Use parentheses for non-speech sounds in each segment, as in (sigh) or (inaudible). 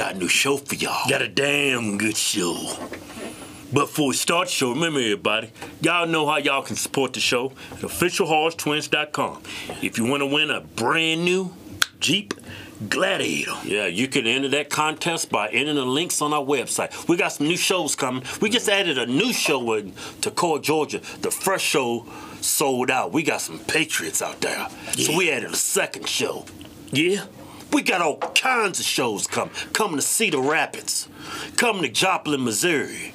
a new show for y'all. Got a damn good show. But before we start the show, remember everybody, y'all know how y'all can support the show at officialhorsetwins.com. If you want to win a brand new Jeep Gladiator. Yeah, you can enter that contest by entering the links on our website. We got some new shows coming. We just added a new show in Tacor, Georgia. The first show sold out. We got some Patriots out there. So we added a second show. Yeah? We got all kinds of shows coming. Coming to Cedar Rapids. Coming to Joplin, Missouri.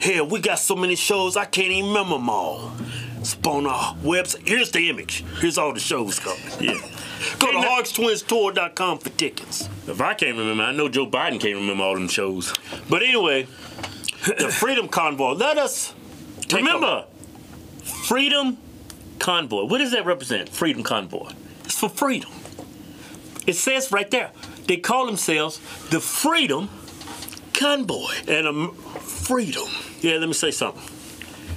Hell, we got so many shows I can't even remember them all. It's up on our website. Here's the image. Here's all the shows coming. (laughs) Yeah. Go to hogstwinstour.com for tickets. If I can't remember, I know Joe Biden can't remember all them shows. But anyway, the Freedom Convoy. Let us remember Freedom Convoy. What does that represent? Freedom Convoy. It's for freedom. It says right there. They call themselves the Freedom Convoy. And um, freedom. Yeah, let me say something.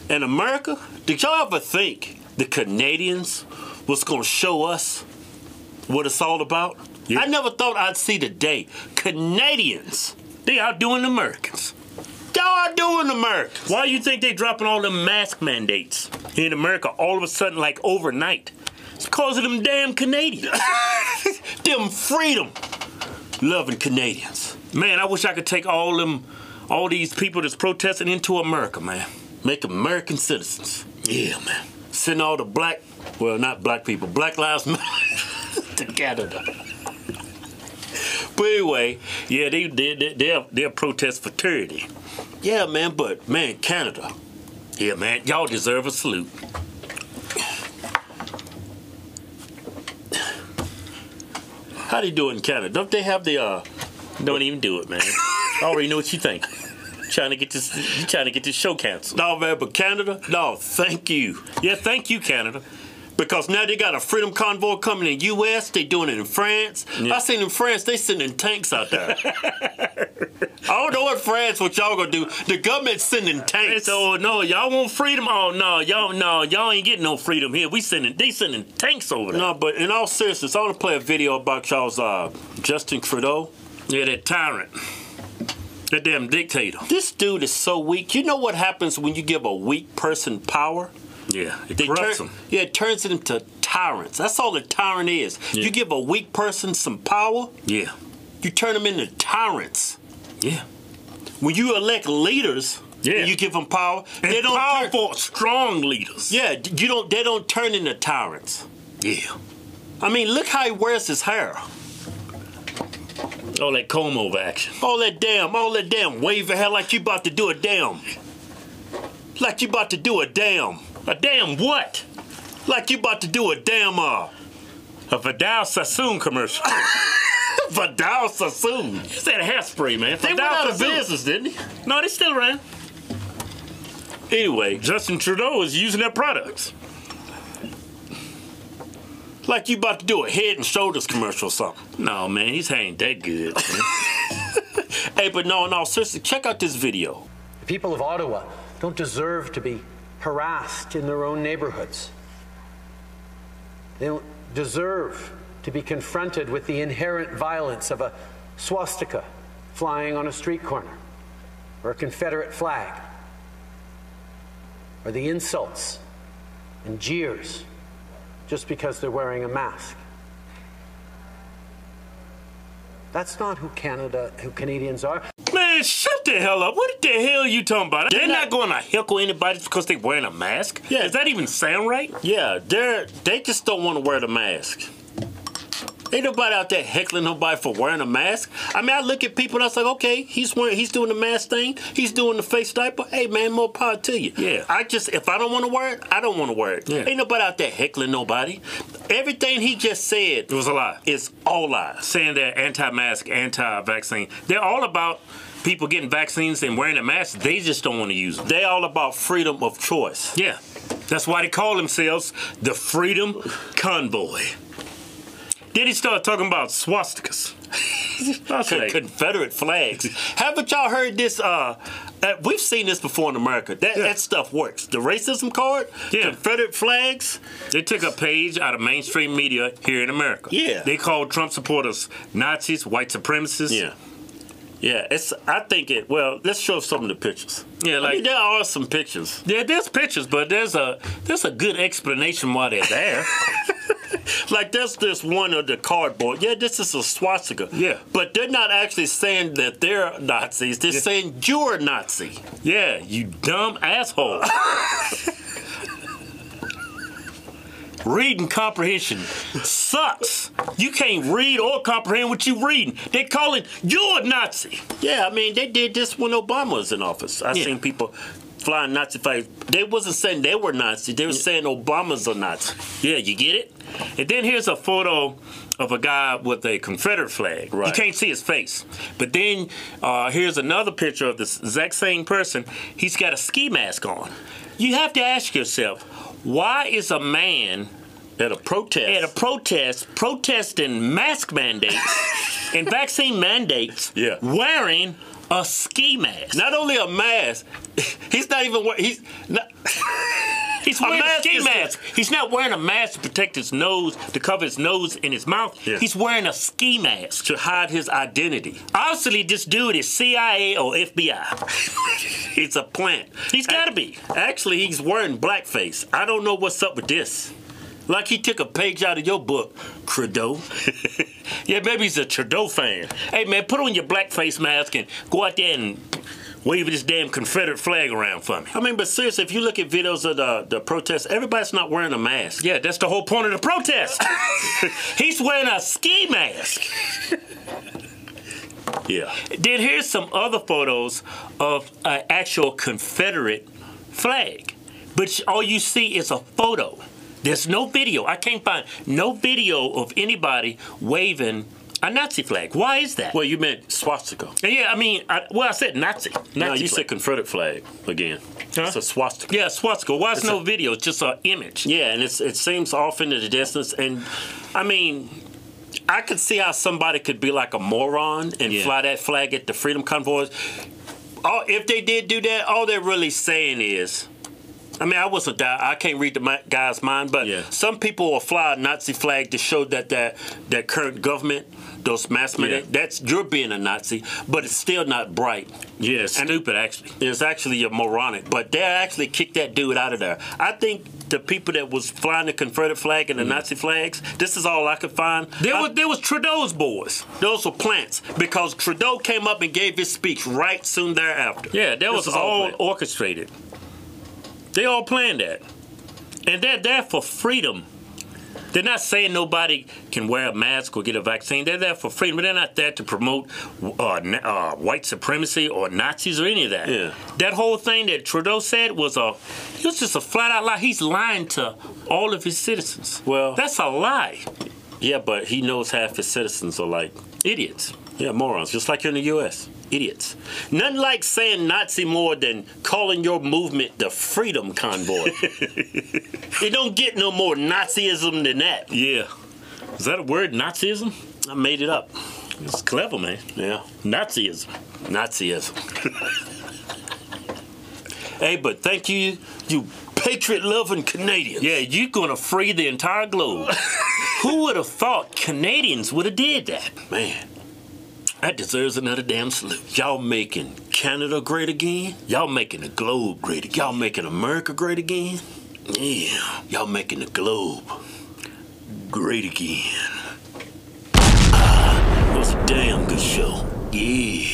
In America, did y'all ever think the Canadians was gonna show us what it's all about? Yeah. I never thought I'd see the day Canadians they outdoing Americans. Y'all outdoing Americans. Why you think they dropping all them mask mandates here in America all of a sudden, like overnight? It's because of them damn Canadians. (laughs) them freedom loving Canadians. Man, I wish I could take all them, all these people that's protesting into America, man. Make American citizens. Yeah, man. Send all the black, well, not black people, Black Lives (laughs) Matter to Canada. But anyway, yeah, they they they they're, they're protest fraternity. Yeah, man, but man, Canada. Yeah, man, y'all deserve a salute. How they do it in Canada? Don't they have the uh? Don't even (laughs) do it, man. I already know what you think. Trying to get this, you trying to get this show canceled. No, man, but Canada? No, thank you. Yeah, thank you, Canada. Because now they got a freedom convoy coming in U.S. They doing it in France. I seen in France they sending tanks out there. I don't know what France what y'all gonna do. The government's sending tanks. So no, y'all want freedom? Oh no, y'all no, y'all ain't getting no freedom here. We sending, they sending tanks over there. no, but in all seriousness, I want to play a video about y'all's uh, Justin Trudeau. Yeah, that tyrant, that damn dictator. This dude is so weak. You know what happens when you give a weak person power? Yeah, it They corrupts turn- them. Yeah, it turns them to tyrants. That's all a tyrant is. Yeah. You give a weak person some power, Yeah, you turn them into tyrants. yeah. When you elect leaders, Yeah. and you give them power, they And don't. turn- powerful, strong leaders. yeah, d- you don't. They don't turn into tyrants. yeah. I mean, look how he wears his hair. All that comb over action. All that damn, all that damn wavy hair, like you about to do a damn. Like you about to do a damn. A damn what? Like you about to do a damn. Uh, A Vidal Sassoon commercial. (laughs) Vidal Sassoon. It's that hairspray, man. They Vidal went out of Sassoon. business, didn't they? No, they still around. Anyway, Justin Trudeau is using their products. like you about to do a Head and Shoulders commercial or something. No, man, he's ain't that good. (laughs) Hey, but no, no, seriously, check out this video. The people of Ottawa don't deserve to be harassed in their own neighborhoods. They don't deserve to be confronted with the inherent violence of a swastika flying on a street corner, or a Confederate flag, or the insults and jeers just because they're wearing a mask. That's not who Canada, who Canadians are. man, shut the hell up. What the hell you talking about? They're not- not going to heckle anybody because they wearing a mask? Yeah. Does that even sound right? Yeah, they're they just don't want to wear the mask. Ain't nobody out there heckling nobody for wearing a mask. I mean, I look at people and I was like, okay, he's wearing, he's doing the mask thing, he's doing the face diaper. Hey, man, more power to you. Yeah. I just if I don't want to wear it, I don't want to wear it. Yeah. Ain't nobody out there heckling nobody. Everything he just said It was a lie. is all lies. Saying they're anti-mask, anti-vaccine. They're all about people getting vaccines and wearing a mask. They just don't want to use them. They all about freedom of choice. Yeah. That's why they call themselves the Freedom Convoy. Then he started talking about (laughs) swastikas. I was Con- like, Confederate flags. Haven't y'all heard this? Uh, uh, we've seen this before in America. That Yeah. that stuff works. The racism card, Yeah. Confederate flags. They took a page out of mainstream media here in America. Yeah. They called Trump supporters Nazis, white supremacists. Yeah. Yeah, it's. I think it. Well, let's show some of the pictures. Yeah, I like mean, there are some pictures. yeah, there's pictures, but there's a there's a good explanation why they're there. (laughs) Like there's this one of the cardboard. Yeah, this is a swastika. Yeah. but they're not actually saying that they're Nazis. They're saying you're a Nazi. yeah, you dumb asshole. Reading comprehension sucks. You can't read or comprehend what you're reading. They're calling you a Nazi. Yeah, I mean they did this when Obama was in office. I Yeah. seen people flying Nazi flags. They wasn't saying they were Nazi. They were saying Obama's a Nazi. Yeah, you get it? And then here's a photo of a guy with a Confederate flag. You Right. can't see his face. But then uh, here's another picture of this exact same person. He's got a ski mask on. You have to ask yourself, why is a man At a protest. at a protest protesting mask (laughs) mandates and vaccine mandates Yeah. wearing a ski mask? not only a mask. (laughs) He's not even. wear- He's not. (laughs) He's wearing a, mask ski is- mask. He's not wearing a mask to protect his nose, to cover his nose and his mouth. Yeah. He's wearing a ski mask to hide his identity. Obviously, this dude is CIA or (laughs) FBI. It's a plant. he's gotta be. Actually, he's wearing blackface. I don't know what's up with this. Like he took a page out of your book, Credo. (laughs) Yeah, maybe he's a Trudeau fan. Hey, man, put on your blackface mask and go out there and wave this damn Confederate flag around for me. I mean, but seriously, if you look at videos of the, the protests, everybody's not wearing a mask. Yeah, that's the whole point of the protest. (laughs) he's wearing a ski mask. Yeah. Then here's some other photos of an actual Confederate flag, but all you see is a photo. There's no video. I can't find no video of anybody waving a Nazi flag. Why is that? Well, you meant swastika. yeah, I mean, I, well, I said Nazi. Nazi No, you flag. said Confederate flag again. Huh? It's a swastika. yeah, swastika. Why is no video? It's just an image. Yeah, and it's it seems off into the distance. And I mean, I could see how somebody could be like a moron and Yeah. fly that flag at the freedom convoys. All, if they did do that, all they're really saying is. I mean, I wasn't that. I can't read the mi- guy's mind, but Yeah. some people will fly a Nazi flag to show that that, that current government, those mass men, Yeah. that's you're being a Nazi, but it's still not bright. Yeah, it's stupid actually. It's actually a moronic, but they actually kicked that dude out of there. I think the people that was flying the Confederate flag and the Nazi flags, this is all I could find. Mm. There I- was there was Trudeau's boys. those were plants because Trudeau came up and gave his speech right soon thereafter. Yeah, that This was is all planned. orchestrated. They all planned that. And they're there for freedom. They're not saying nobody can wear a mask or get a vaccine. They're there for freedom. They're not there to promote uh, na- uh, white supremacy or Nazis or any of that. Yeah. That whole thing that Trudeau said was a, it was just a flat out lie. He's lying to all of his citizens. Well- that's a lie. yeah, but he knows half his citizens are like Idiots. Yeah, morons, just like you're in the U.S. Idiots. Nothing like saying Nazi more than calling your movement the Freedom Convoy. it don't get no more Nazism than that. Yeah. Is that a word? Nazism? I made it up. It's clever, man. Yeah, Nazism. (laughs) Nazism. hey, but thank you, you patriot-loving Canadians. Yeah, you're gonna free the entire (laughs) globe. Who would have thought Canadians would have did that? man, that deserves another damn salute. Y'all making Canada great again. Y'all making the globe great again. Y'all making America great again? Yeah, y'all making the globe great again. Ah, it was a damn good show. Yeah.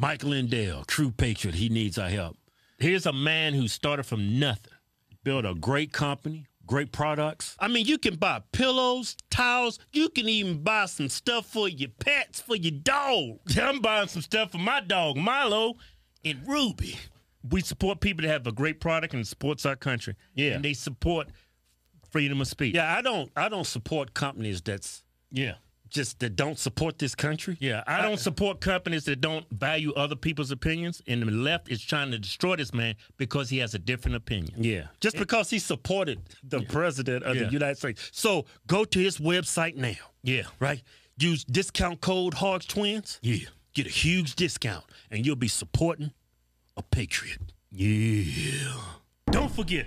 Mike Lindell, true patriot, he needs our help. Here's a man who started from nothing, built a great company, great products. I mean, you can buy pillows, towels, you can even buy some stuff for your pets, for your dog. (laughs) I'm buying some stuff for my dog, Milo and Ruby. We support people that have a great product and supports our country. Yeah. And they support freedom of speech. Yeah, I don't I don't support companies that's Yeah. just that don't support this country. Yeah, I don't support companies that don't value other people's opinions, and the left is trying to destroy this man because he has a different opinion. Yeah. Just because he supported the president of Yeah. the United States. So go to his website now, Yeah, right? Use discount code Hogs Twins. yeah, Get a huge discount and you'll be supporting a patriot. yeah. Don't forget,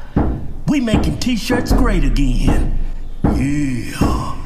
We making t-shirts great again. Yeah.